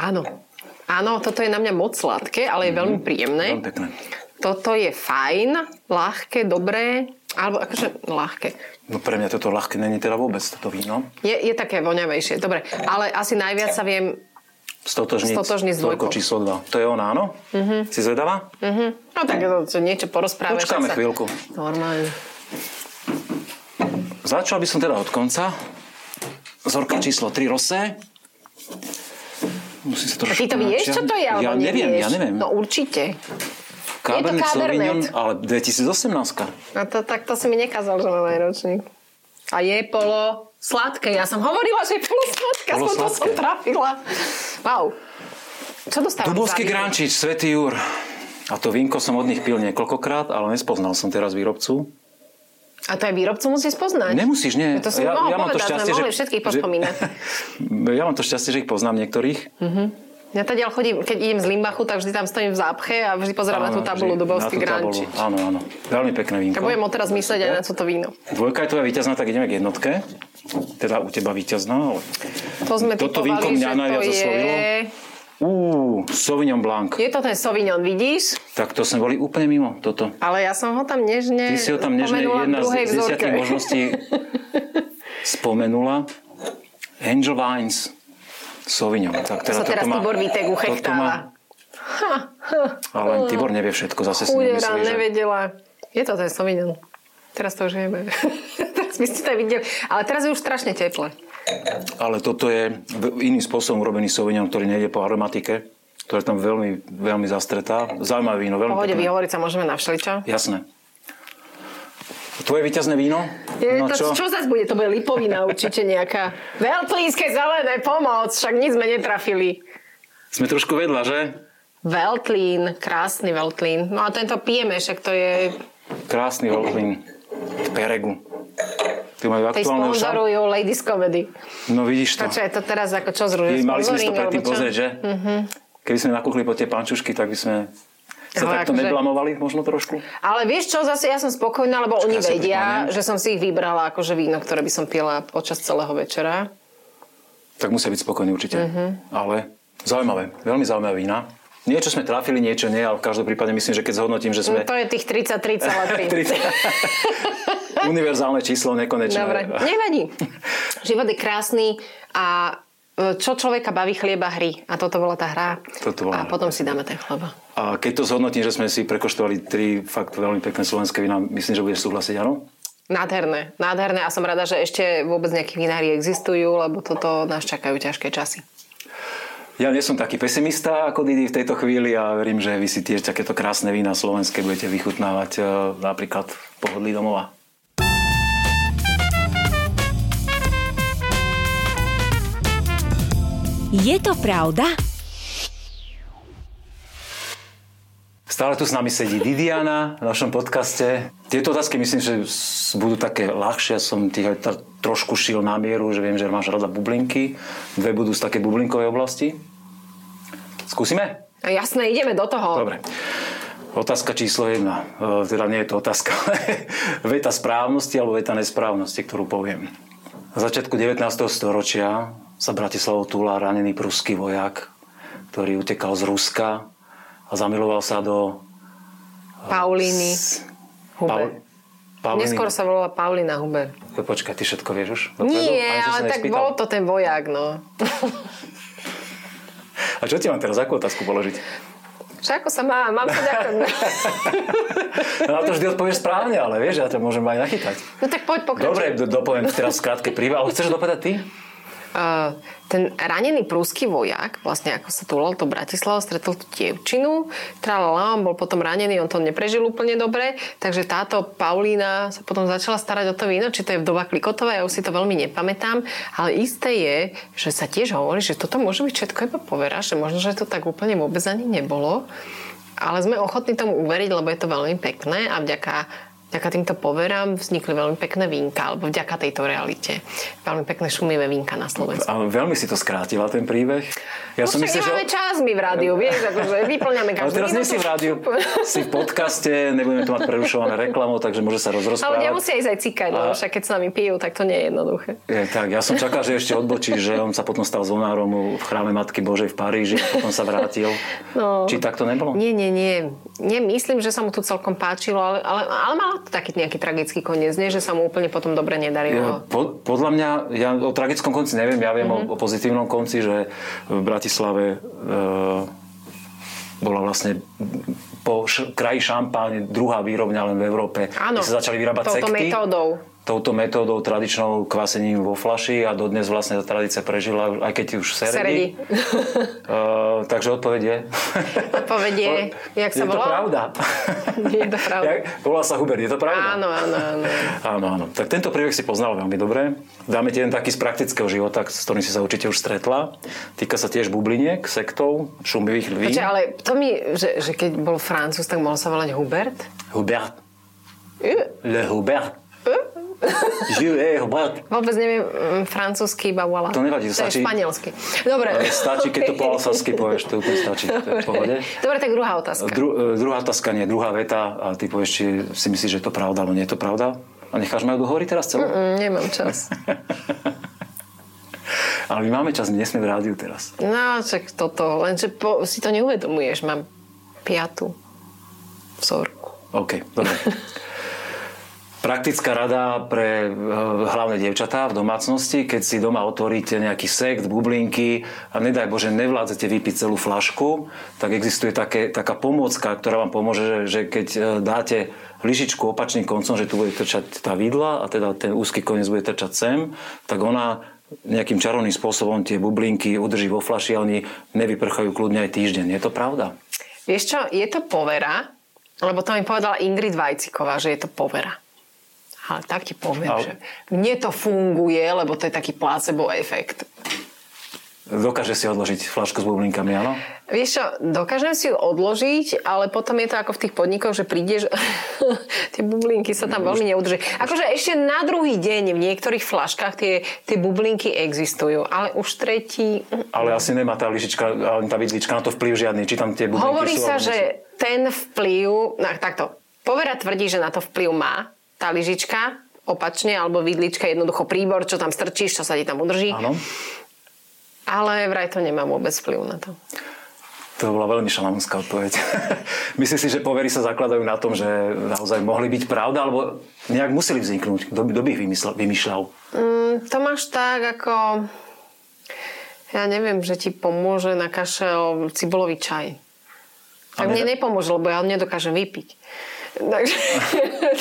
Áno. Áno, toto je na mňa moc sladké, ale je veľmi príjemné.
Mhm. Veľmi pekné.
Toto je fajn, ľahké, dobré, alebo akože ľahké.
No pre mňa toto ľahké není teda vôbec, toto víno.
Je, je také voňavejšie, dobre. Ale asi najviac sa viem...
Stotožniť,
Stotožniť s dvojkou.
číslo 2. To je ona, áno? Mm-hmm. Si zvedavá?
Mhm. No tak to, to niečo porozprávať.
Počkáme chvíľku.
Normálne.
Začal by som teda od konca. Zorka číslo 3 Rosé. Musím sa
A
trošku...
ty to vieš, čo to je?
Ja
alebo
neviem,
nevieš?
ja neviem.
No určite.
Cabernet
je to
Sauvignon,
Cabernet.
ale 2018.
A to, tak to si mi nekázal, že mám aj ročník. A je polo sladké. Ja som hovorila, že je polo sladké.
Polo
Polo to som
sladké.
trafila. Wow. Čo dostávam?
Dubovský
za víno?
Grančič, Svetý Jur. A to vínko som od nich pil niekoľkokrát, ale nespoznal som teraz výrobcu.
A to aj výrobcu musí spoznať.
Nemusíš, nie.
To som ja, mohol ja
mám
povedať,
šťastie,
sme mohli všetkých pospomínať.
Že, ja mám to šťastie, že ich poznám niektorých.
Ja teda chodím, keď idem z Limbachu, tak vždy tam stojím v zápche a vždy pozerám na tú
Áno,
tabulu
že-
Dubovský
na tú tabulu.
Granči.
Áno, áno. Veľmi pekné
Ja
vínko.
budem teraz myslieť aj na toto víno.
Dvojka je tvoja víťazná, tak ideme k jednotke. Teda u teba víťazná, ale...
To sme
Toto
typovali,
vínko
že
mňa najviac
to
oslovilo.
je...
Uú, Sauvignon Blanc.
Je to ten Sauvignon, vidíš?
Tak to sme boli úplne mimo toto.
Ale ja som ho tam nežne
Ty si ho tam nežne
spomenula v
jedna
druhej
z, z
vzorke.
desiatich možností spomenula. Angel Vines. Sauvignon. Tak
To
teda
sa teraz
toto má-
Tibor Vitek
toto má-
uchechtáva.
Ale len Tibor nevie všetko, zase si
Chudera,
nemyslí, že...
nevedela. Je to ten Sauvignon. Teraz to už vieme. teraz by ste to videli. Ale teraz je už strašne teple.
Ale toto je v- iným spôsobom urobený Sauvignon, ktorý nejde po aromatike, ktorá je tam veľmi, veľmi zastretá. Zaujímavé víno,
V
veľmi
pohode
pekné.
vyhovoriť sa môžeme na všeličo.
Jasné. Tvoje víťazné víno? No
Je to, No čo? čo zase bude? To bude lipovina určite nejaká. Veltlínske zelené, pomoc, však nic sme netrafili.
Sme trošku vedľa, že?
Veltlín, krásny Veltlín. No a tento pijeme, však to je...
Krásny Holklin v Peregu. Ty majú
Tej
aktuálneho šam?
sponzorujú Ladies Comedy.
No vidíš to.
To čo je to teraz, ako čo zružuje?
Keby mali sme si to predtým pozrieť, že?
Mhm.
Keby sme nakúchli po tie pančušky, tak by sme sa
Ale
takto
akože-
neblamovali možno trošku.
Ale vieš čo, zase ja som spokojná, lebo oni
ja sa
vedia,
prikláňam.
že som si ich vybrala akože víno, ktoré by som pila počas celého večera.
Tak musia byť spokojní určite.
Mhm.
Ale zaujímavé, veľmi zaujímavé vína. Niečo sme trafili, niečo nie, ale v každom prípade myslím, že keď zhodnotím, že sme...
No, to je tých 33,3.
30. Univerzálne číslo, nekonečné.
Dobre, nevadí. Život je krásny a e, čo človeka baví chlieba hry. A toto bola tá hra.
Toto
a
bola hra.
potom si dáme ten chleba.
A keď to zhodnotím, že sme si prekoštovali tri fakt veľmi pekné slovenské vína, myslím, že budeš súhlasiť, áno?
Nádherné, nádherné a som rada, že ešte vôbec nejakí vinári existujú, lebo toto nás čakajú ťažké časy.
Ja nie som taký pesimista ako Didi v tejto chvíli a verím, že vy si tiež takéto krásne vína slovenské budete vychutnávať e, napríklad v pohodlí domova.
Je to pravda?
Stále tu s nami sedí Didiana v našom podcaste. Tieto otázky myslím, že s- budú také ľahšie. Ja Som tých aj tak trošku šil na mieru, že viem, že máš rada bublinky. Dve budú z také bublinkovej oblasti. Skúsime?
A jasné, ideme do toho.
Dobre. Otázka číslo jedna. E, Teda nie je to otázka, ale veta správnosti alebo veta nesprávnosti, ktorú poviem. Na začiatku 19. storočia sa Bratislavou túla ranený pruský vojak, ktorý utekal z Ruska a zamiloval sa do...
Paulíny.
s-
Huber.
Paulíny. E,
Neskôr sa volala Paulina Huber.
Počkaj, ty všetko vieš už? Dopredu? Ani
Nie,
som no, sa
ale tak
nespýtal.
bol to ten vojak, no.
A čo ti mám teraz? Akú otázku položiť?
Však ako sa mám, mám sa ďakujem.
No, Na to vždy odpovieš správne, ale vieš, ja to môžem aj nachytať.
No tak poď pokračuj.
Dobre, do- dopoviem teraz v krátkej príbe, ale chceš dopovedať ty?
Uh, ten ranený prúsky vojak, vlastne ako sa túlal to Bratislava, stretol tú dievčinu, tralala, on bol potom ranený, on to neprežil úplne dobre, takže táto Paulína sa potom začala starať o to víno, či to je v doba Klikotová, ja už si to veľmi nepamätám, ale isté je, že sa tiež hovorí, že toto môže byť všetko iba povera, že možno, že to tak úplne vôbec ani nebolo, ale sme ochotní tomu uveriť, lebo je to veľmi pekné a vďaka Vďaka týmto poverám vznikli veľmi pekné vínka, alebo vďaka tejto realite. Veľmi pekné šumivé vínka na Slovensku.
Ale veľmi si to skrátila ten príbeh.
Ja som myslel, nemáme že... čas my v rádiu, vieš, akože vyplňame každú
Ale teraz nie
minútu.
si v rádiu, si v podcaste, nebudeme tu mať prerušované reklamou, takže môže sa
Ale
rozrozprávať.
ľudia musia ísť aj cikať, lebo však keď s nami pijú, tak to nie je jednoduché.
Je, tak, ja som čakal, že ešte odbočí, že on sa potom stal zvonárom v chráme Matky Božej v Paríži a potom sa vrátil.
No.
Či tak to nebolo?
Nie, nie, nie. Nie, myslím, že sa mu tu celkom páčilo, ale, ale, ale malo to taký nejaký tragický koniec, nie, že sa mu úplne potom dobre
Ja,
nedarilo.
Eh, po, podľa mňa, ja o tragickom konci neviem, ja viem
Mhm.
mm-hmm. o, o pozitívnom konci, že v Bratislave e, bola vlastne po š, kraji šampáne druhá výrobňa len v Európe.
Áno.
kde sa začali vyrábať
Touto
sekty.
metódou.
Touto metódou tradičnou kvasením vo flaši a dodnes vlastne tá tradícia prežila, aj keď už v
Seredi.
Seredi. Uh, takže odpoveď je...
Odpoveď je, jak sa
je
volá?
to pravda.
Je to pravda.
Jak, volá sa Hubert, je to pravda?
Áno, áno, áno.
Áno, áno. Tak tento príbeh si poznal veľmi dobre. Dáme ti jeden taký z praktického života, s ktorým si sa určite už stretla. Týka sa tiež bubliniek, sektov, šumivých lví.
Čiže, ale to mi, že, že keď bol Francúz, tak mohol sa volať Hubert?
Hubert.
Eh,
Le Hubert. Jules Hubert.
Vôbec neviem mm, francúzsky, iba voilà.
To nevadí, to
to je
stačí.
španielsky. Dobre.
Ale Stačí, keď to po
Okej.
alsasky povieš, to úplne stačí. To je v pohode.
Dobre. Dobre, tak druhá otázka.
Dru- e, druhá otázka nie, druhá veta a ty povieš, či si myslíš, že je to pravda, alebo nie je to pravda. A necháš ma ju dohovoriť teraz celú?
Mm, nemám čas.
Ale my máme čas, my nesme v rádiu teraz.
No, však toto, lenže po, si to neuvedomuješ. Mám piatu vzorku.
OK, dobre. Praktická rada pre e, hlavne dievčatá v domácnosti, keď si doma otvoríte nejaký sekt, bublinky a nedaj Bože, nevládzete vypiť celú flašku, tak existuje také, taká pomôcka, ktorá vám pomôže, že, že keď e, dáte lyžičku opačným koncom, že tu bude trčať tá vidla a teda ten úzky koniec bude trčať sem, tak ona nejakým čarovným spôsobom tie bublinky udrží vo flaši a oni nevyprchajú kľudne aj týždeň. Je to pravda?
Vieš čo, je to povera, lebo to mi povedala Ingrid Vajciková, že je to povera. Ale tak ti poviem,
Ale-
že mne to funguje, lebo to je taký placebo efekt.
Dokáže si odložiť flašku s bublinkami, áno?
Vieš čo, dokážem si ju odložiť, ale potom je to ako v tých podnikoch, že prídeš, tie bublinky sa
Mm,
tam veľmi neudržia. Akože ešte na druhý deň v niektorých flaškách tie, tie bublinky existujú, ale už tretí...
Ale asi nemá tá lyžička, ani tá vidlička na to vplyv žiadny. Či tam tie bublinky
Hovorí
sú,
sa,
alebo nie sú.
že ten vplyv... No, takto, povera tvrdí, že na to vplyv má tá lyžička, opačne, alebo vidlička, jednoducho príbor, čo tam strčíš, čo sa ti tam udrží.
Áno.
Ale vraj to nemá vôbec vplyv na to.
To bola veľmi šalamúnska odpoveď. Myslím si, že povery sa zakladajú na tom, že naozaj mohli byť pravda, alebo nejak museli vzniknúť. Kto by, kto by ich vymyslel, vymýšľal?
Mm, to máš tak ako... Ja neviem, že ti pomôže na kašel cibulový čaj. Tak
Ale-
mne nepomôže, lebo ja ho nedokážem vypiť. Takže,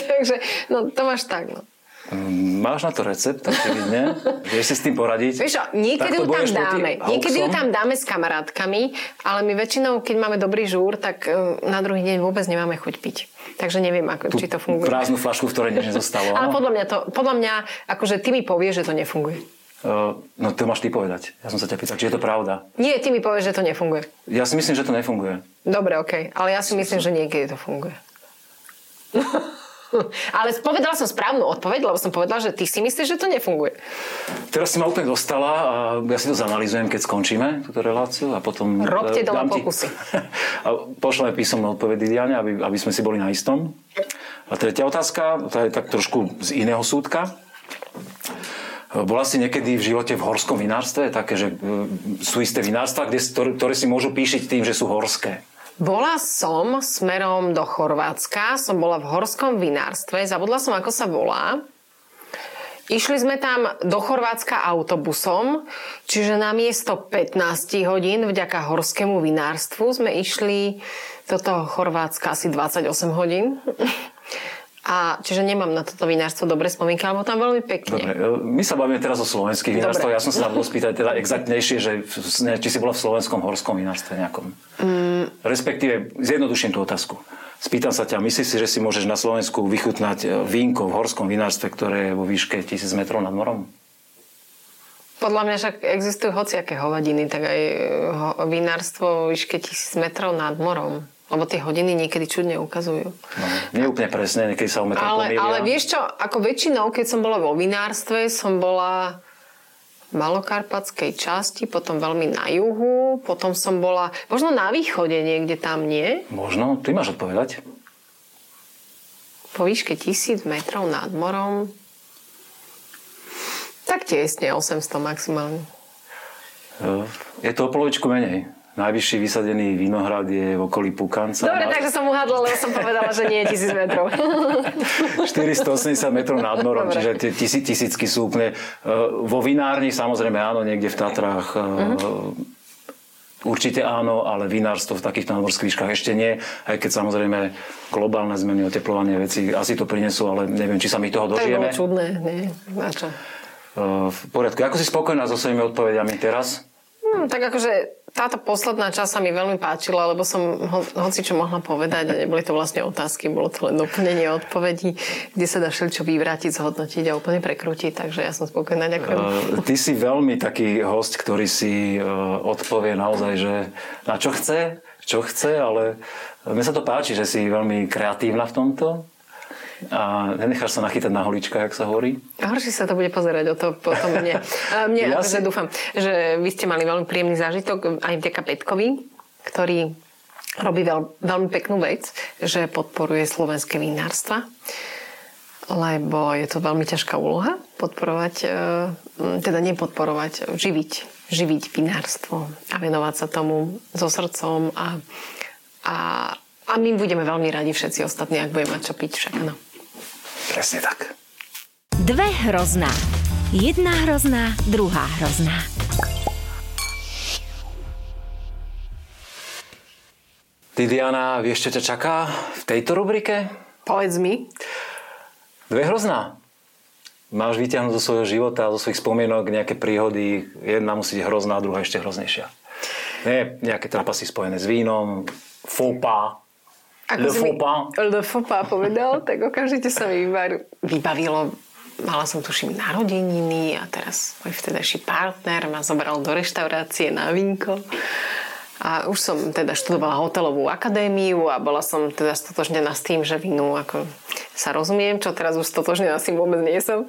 takže no, to máš tak. No.
Mm, Máš na to recept, očividne. Vieš si s tým poradiť.
Vieš čo, niekedy
Takto
ju tam
bojuješ proti
dáme. Niekedy ju
hoaxom?
tam dáme s kamarátkami, ale my väčšinou, keď máme dobrý žúr, tak eh, na druhý deň vôbec nemáme chuť piť. Takže neviem, ako, či to funguje.
Prázdnu flašku, v ktorej nič nezostalo.
Ale
áno?
podľa mňa, to, podľa mňa, akože ty mi povieš, že to nefunguje.
Eh, No to máš ty povedať. Ja som sa ťa pýtal, či je to pravda.
Nie, ty mi povieš, že to nefunguje.
Ja si myslím, že to nefunguje.
Dobre, OK. Ale ja si myslím, že niekedy to funguje. Ale povedala som správnu odpoveď, lebo som povedala, že ty si myslíš, že to nefunguje.
Teraz si ma úplne dostala a ja si to zanalizujem, keď skončíme túto reláciu a potom...
Robte
e,
doma
dám ti-
pokusy.
A pošleme písomné odpovedy Diane, aby, aby sme si boli na istom. A tretia otázka, tá je tak trošku z iného súdka. E, Bola si niekedy v živote v horskom vinárstve? Také, že e, sú isté vinárstva, kde, s- ktoré, ktoré si môžu píšiť tým, že sú horské.
Bola som smerom do Chorvátska, som bola v horskom vinárstve, zabudla som, ako sa volá. Išli sme tam do Chorvátska autobusom, čiže na miesto 15 hodín vďaka horskému vinárstvu sme išli do toho Chorvátska asi 28 hodín. A čiže nemám na toto vinárstvo dobre spomienky, alebo tam veľmi pekne.
Dobre, e, my sa bavíme teraz o slovenských
Dobre.
vinárstvoch. Ja som sa bol spýtať teda exaktnejšie, že v- ne, či si bola v slovenskom horskom vinárstve nejakom. Mm. Respektíve, zjednoduším tú otázku. Spýtam sa ťa, myslíš si, že si môžeš na Slovensku vychutnať e, vínko v horskom vinárstve, ktoré je vo výške 1000 metrov nad morom?
Podľa mňa však existujú hociaké hovadiny, tak aj e, ho, vinárstvo vo výške tisíc metrov nad morom. Lebo tie hodiny niekedy čudne ukazujú.
No, nie úplne presne, niekedy sa o metr
Ale,
pomýlia.
ale vieš čo, ako väčšinou, keď som bola vo vinárstve, som bola v malokarpatskej časti, potom veľmi na juhu, potom som bola možno na východe niekde tam, nie?
Možno, ty máš odpovedať.
Po výške tisíc metrov nad morom. Tak tesne, 800 maximálne.
E, Je to o polovičku menej. Najvyšší vysadený vinohrad je v okolí Pukanca.
Dobre,
Na-
takže som uhadla, lebo som povedala, že nie je tisíc metrov.
480 metrov nad morom,
Dobre.
čiže tie tisí, tisícky sú úplne... e, Vo vinárni samozrejme áno, niekde v Tatrách e,
Mhm.
určite áno, ale vinárstvo v takýchto nadmorských výškach ešte nie, aj keď samozrejme globálne zmeny, oteplovanie veci asi to prinesú, ale neviem, či sa my toho
To je bolo
dožijeme.
čudné, nie? Na čo?
E, V poriadku. Ako si spokojná so svojimi odpovediami teraz?
Hm, tak akože táto posledná časť sa mi veľmi páčila, lebo som ho, hoci čo mohla povedať a neboli to vlastne otázky, bolo to len doplnenie odpovedí, kde sa dá všeličo vyvrátiť, zhodnotiť a úplne prekrútiť, takže ja som spokojná, ďakujem.
E, Ty si veľmi taký host, ktorý si e, odpovie naozaj, že na čo chce, čo chce, ale mne sa to páči, že si veľmi kreatívna v tomto a nenecháš sa nachytať na holička, jak sa hovorí.
Horšie sa to bude pozerať o to potom mne. A mne
Ja
ja akože
si-
dúfam, že vy ste mali veľmi príjemný zážitok aj vďaka Petkovi, ktorý robí veľ, veľmi peknú vec, že podporuje slovenské vinárstva, lebo je to veľmi ťažká úloha podporovať, e, m, teda nepodporovať, živiť, živiť vinárstvo a venovať sa tomu so srdcom a, a, a my budeme veľmi radi všetci ostatní, ak budeme mať čo piť však, no.
Presne tak.
Dve hrozná. Jedna hrozná, druhá hrozná.
Ty, Diana, vieš, čo ťa čaká v tejto rubrike?
Povedz mi,
Dve hrozná. Máš vyťahnuť zo svojho života, zo svojich spomienok nejaké príhody. Jedna musí byť hrozná, druhá ešte hroznejšia. Nie, nejaké trapasy spojené s vínom, fópa,
Ako
Le
si
faux pas.
Mi, le faux pas povedal, tak okamžite sa mi vybar... vybavilo. Mala som tuším narodeniny a teraz môj vtedajší partner ma zobral do reštaurácie na vinko. A už som teda študovala hotelovú akadémiu a bola som teda stotožnená s tým, že vinu ako sa rozumiem, čo teraz už stotožnená s tým vôbec nie som.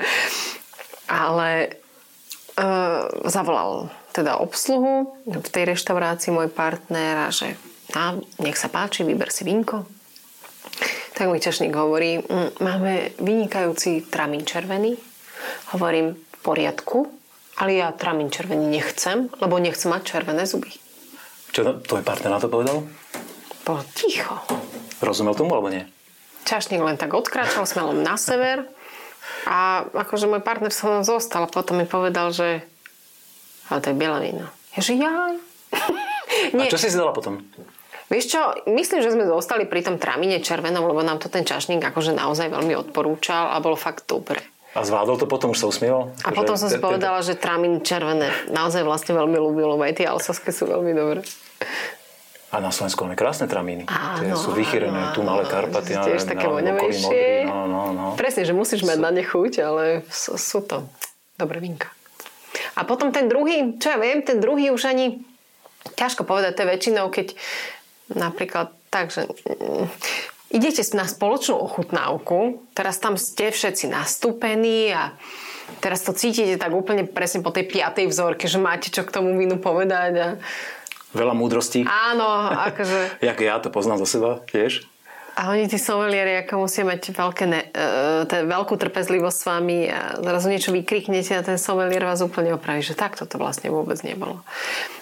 Ale uh, zavolal teda obsluhu v tej reštaurácii môj partner a že a, nech sa páči, vyber si vinko. Tak mi čašník hovorí, "Mm, máme vynikajúci tramín červený. Hovorím, v poriadku, ale ja tramín červený nechcem, lebo nechcem mať červené zuby.
Čo to, tvoj partner na to povedal?
Bolo ticho.
Rozumel tomu alebo nie?
Čašník len tak odkračal smelom na sever a akože môj partner sa mnou zostal a potom mi povedal, že ale to je biele víno. Ja že jaj.
Nie.
Nie,
A čo si si dala potom?
vieš čo, myslím, že sme zostali pri tom tramíne červenom, lebo nám to ten čašník akože naozaj veľmi odporúčal a bolo fakt dobre.
A zvládol to potom, už sa usmieval?
A potom som si
Akože ten- ten-
povedala, že tramín červené naozaj vlastne veľmi ľúbil, lebo aj tie alsaské sú veľmi dobré.
A na Slovensku máme krásne tramíny. Tie
Áno,
sú vychýrené,
áno,
tu malé
áno, že
Karpaty.
sú
ja
tiež
neviem,
také
na okolí
voňavejšie.
Modry, No, no, no.
Presne, že musíš mať na ne chuť, ale sú, sú to dobré vinka. A potom ten druhý, čo ja viem, ten druhý už ani, ťažko povedať, to je väčšinou, keď napríklad tak, že mm, idete na spoločnú ochutnávku, teraz tam ste všetci nastúpení a teraz to cítite tak úplne presne po tej piatej vzorke, že máte čo k tomu vínu povedať. A...
Veľa múdrostí.
Áno, akože...
Jak ja to poznám za seba tiež.
A oni tí somelieri, ako musia mať veľké ne, e, te, veľkú trpezlivosť s vami a zrazu niečo vykriknete a ten somelier vás úplne opraví, že takto to vlastne vôbec nebolo.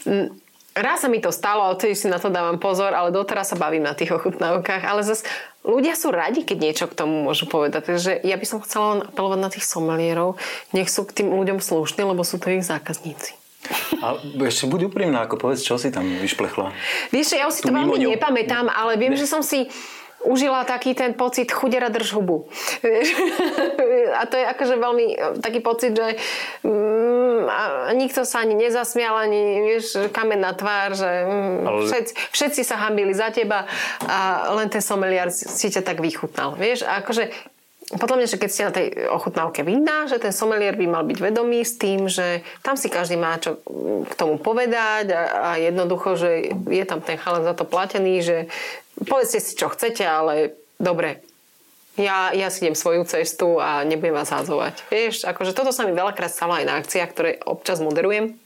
Mm, Raz sa mi to stalo a odtedy si na to dávam pozor, ale doteraz sa bavím na tých ochutnávkach. Ale zase ľudia sú radi, keď niečo k tomu môžu povedať. Takže ja by som chcela len apelovať na tých somelierov, nech sú k tým ľuďom slušní, lebo sú to ich zákazníci.
A ešte buď úprimná, ako povedz, čo si tam vyšplechla.
Vieš, čo, ja už si to
Tú
veľmi
mimoňu.
nepamätám, ale viem, že som si užila taký ten pocit chudera drž hubu. Vieš? a to je akože veľmi taký pocit, že mm, a nikto sa ani nezasmial, ani vieš, kamen na tvár, že mm,
Ale-
všetci, všetci sa hambili za teba a len ten someliar si ťa tak vychutnal. Vieš, a akože podľa mňa, že keď ste na tej ochutnávke vína, že ten somelier by mal byť vedomý s tým, že tam si každý má čo k tomu povedať a, a jednoducho, že je tam ten chalan za to platený, že povedzte si, čo chcete, ale dobre, ja, ja si idem svoju cestu a nebudem vás házovať. Vieš, akože toto sa mi veľakrát stalo aj na akciách, ktoré občas moderujem,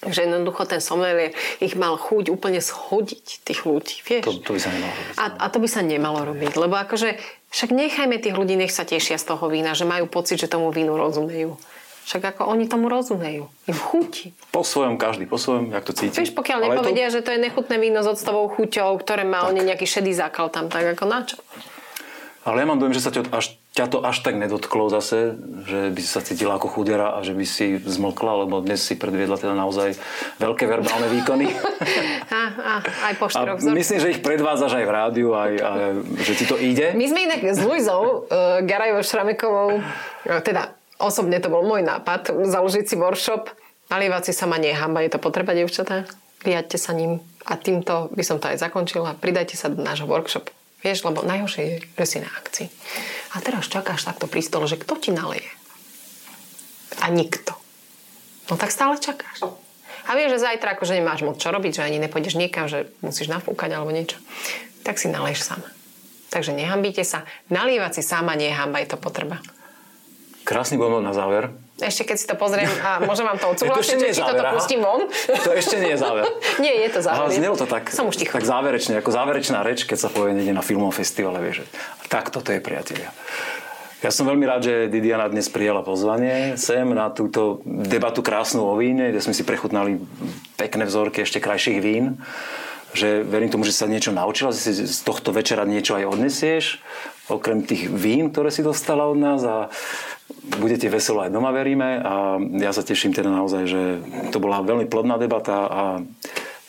že jednoducho ten somelier ich mal chuť úplne shodiť, tých ľudí, vieš.
To, to by sa nemalo robiť.
A, a to by sa nemalo robiť, lebo akože však nechajme tých ľudí, nech sa tešia z toho vína, že majú pocit, že tomu vínu rozumejú. Však ako oni tomu rozumejú. Im chutí.
Po svojom každý, po svojom, jak to cíti.
Vieš, pokiaľ
Ale je
nepovedia, že to je nechutné víno s octovou chuťou, ktoré má on nejaký šedý zákal tam, tak ako na čo?
To, ale ja mám dojem, že sa ťa, až, ťa to až tak nedotklo zase, že by si sa cítila ako chudera a že by si zmlkla, lebo dnes si predviedla teda naozaj veľké verbálne výkony.
Á, á, aj po
A
štyroch vzorkoch.
myslím, že ich predvádzaš aj v rádiu, aj, aj, že ti to ide.
My sme inak s Luizou uh, Garajovou Šramekovou, eh, teda osobne to bol môj nápad, založiť si workshop. Nalievať si sa ma nehamba, je to potreba, devčatá? Vyjaďte sa ním. A týmto by som to aj zakončila. Pridajte sa do nášho workshopu. Vieš, lebo najhoršie je, že si na akcii. A teraz čakáš takto pri stole, že kto ti naleje? A nikto. No tak stále čakáš. A vieš, že zajtra akože nemáš moc čo robiť, že ani nepôjdeš niekam, že musíš nafúkať alebo niečo. Tak si naleješ sama. Takže nehambíte sa. Nalievať si sama nehamba, je to potreba.
Krásny bonbon na záver.
Ešte keď si to pozriem a môžem vám to odsúhlasiť,
ešte nie
že
je
či toto
záver, aha.
pustím von.
To ešte nie je záver.
Nie, je to záver.
Ale znelo to tak,
Som už ticho.
tak záverečne, ako záverečná reč, keď sa povie niekde na filmovom festivale, vieš. že Tak toto je, priatelia. Ja som veľmi rád, že Didiana dnes prijala pozvanie sem na túto debatu krásnu o víne, kde sme si prechutnali pekné vzorky ešte krajších vín. Že verím tomu, že si sa niečo naučila, že si z tohto večera niečo aj odnesieš, okrem tých vín, ktoré si dostala od nás a budete veselo aj doma, veríme. A ja sa teším teda naozaj, že to bola veľmi plodná debata a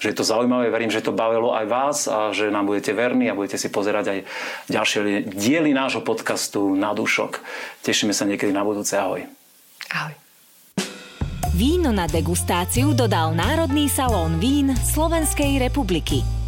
že je to zaujímavé, verím, že to bavilo aj vás a že nám budete verní a budete si pozerať aj ďalšie li- diely nášho podcastu Na dušok. Tešíme sa niekedy na budúce. Ahoj.
Ahoj.
Víno na degustáciu dodal Národný salón vín Slovenskej republiky.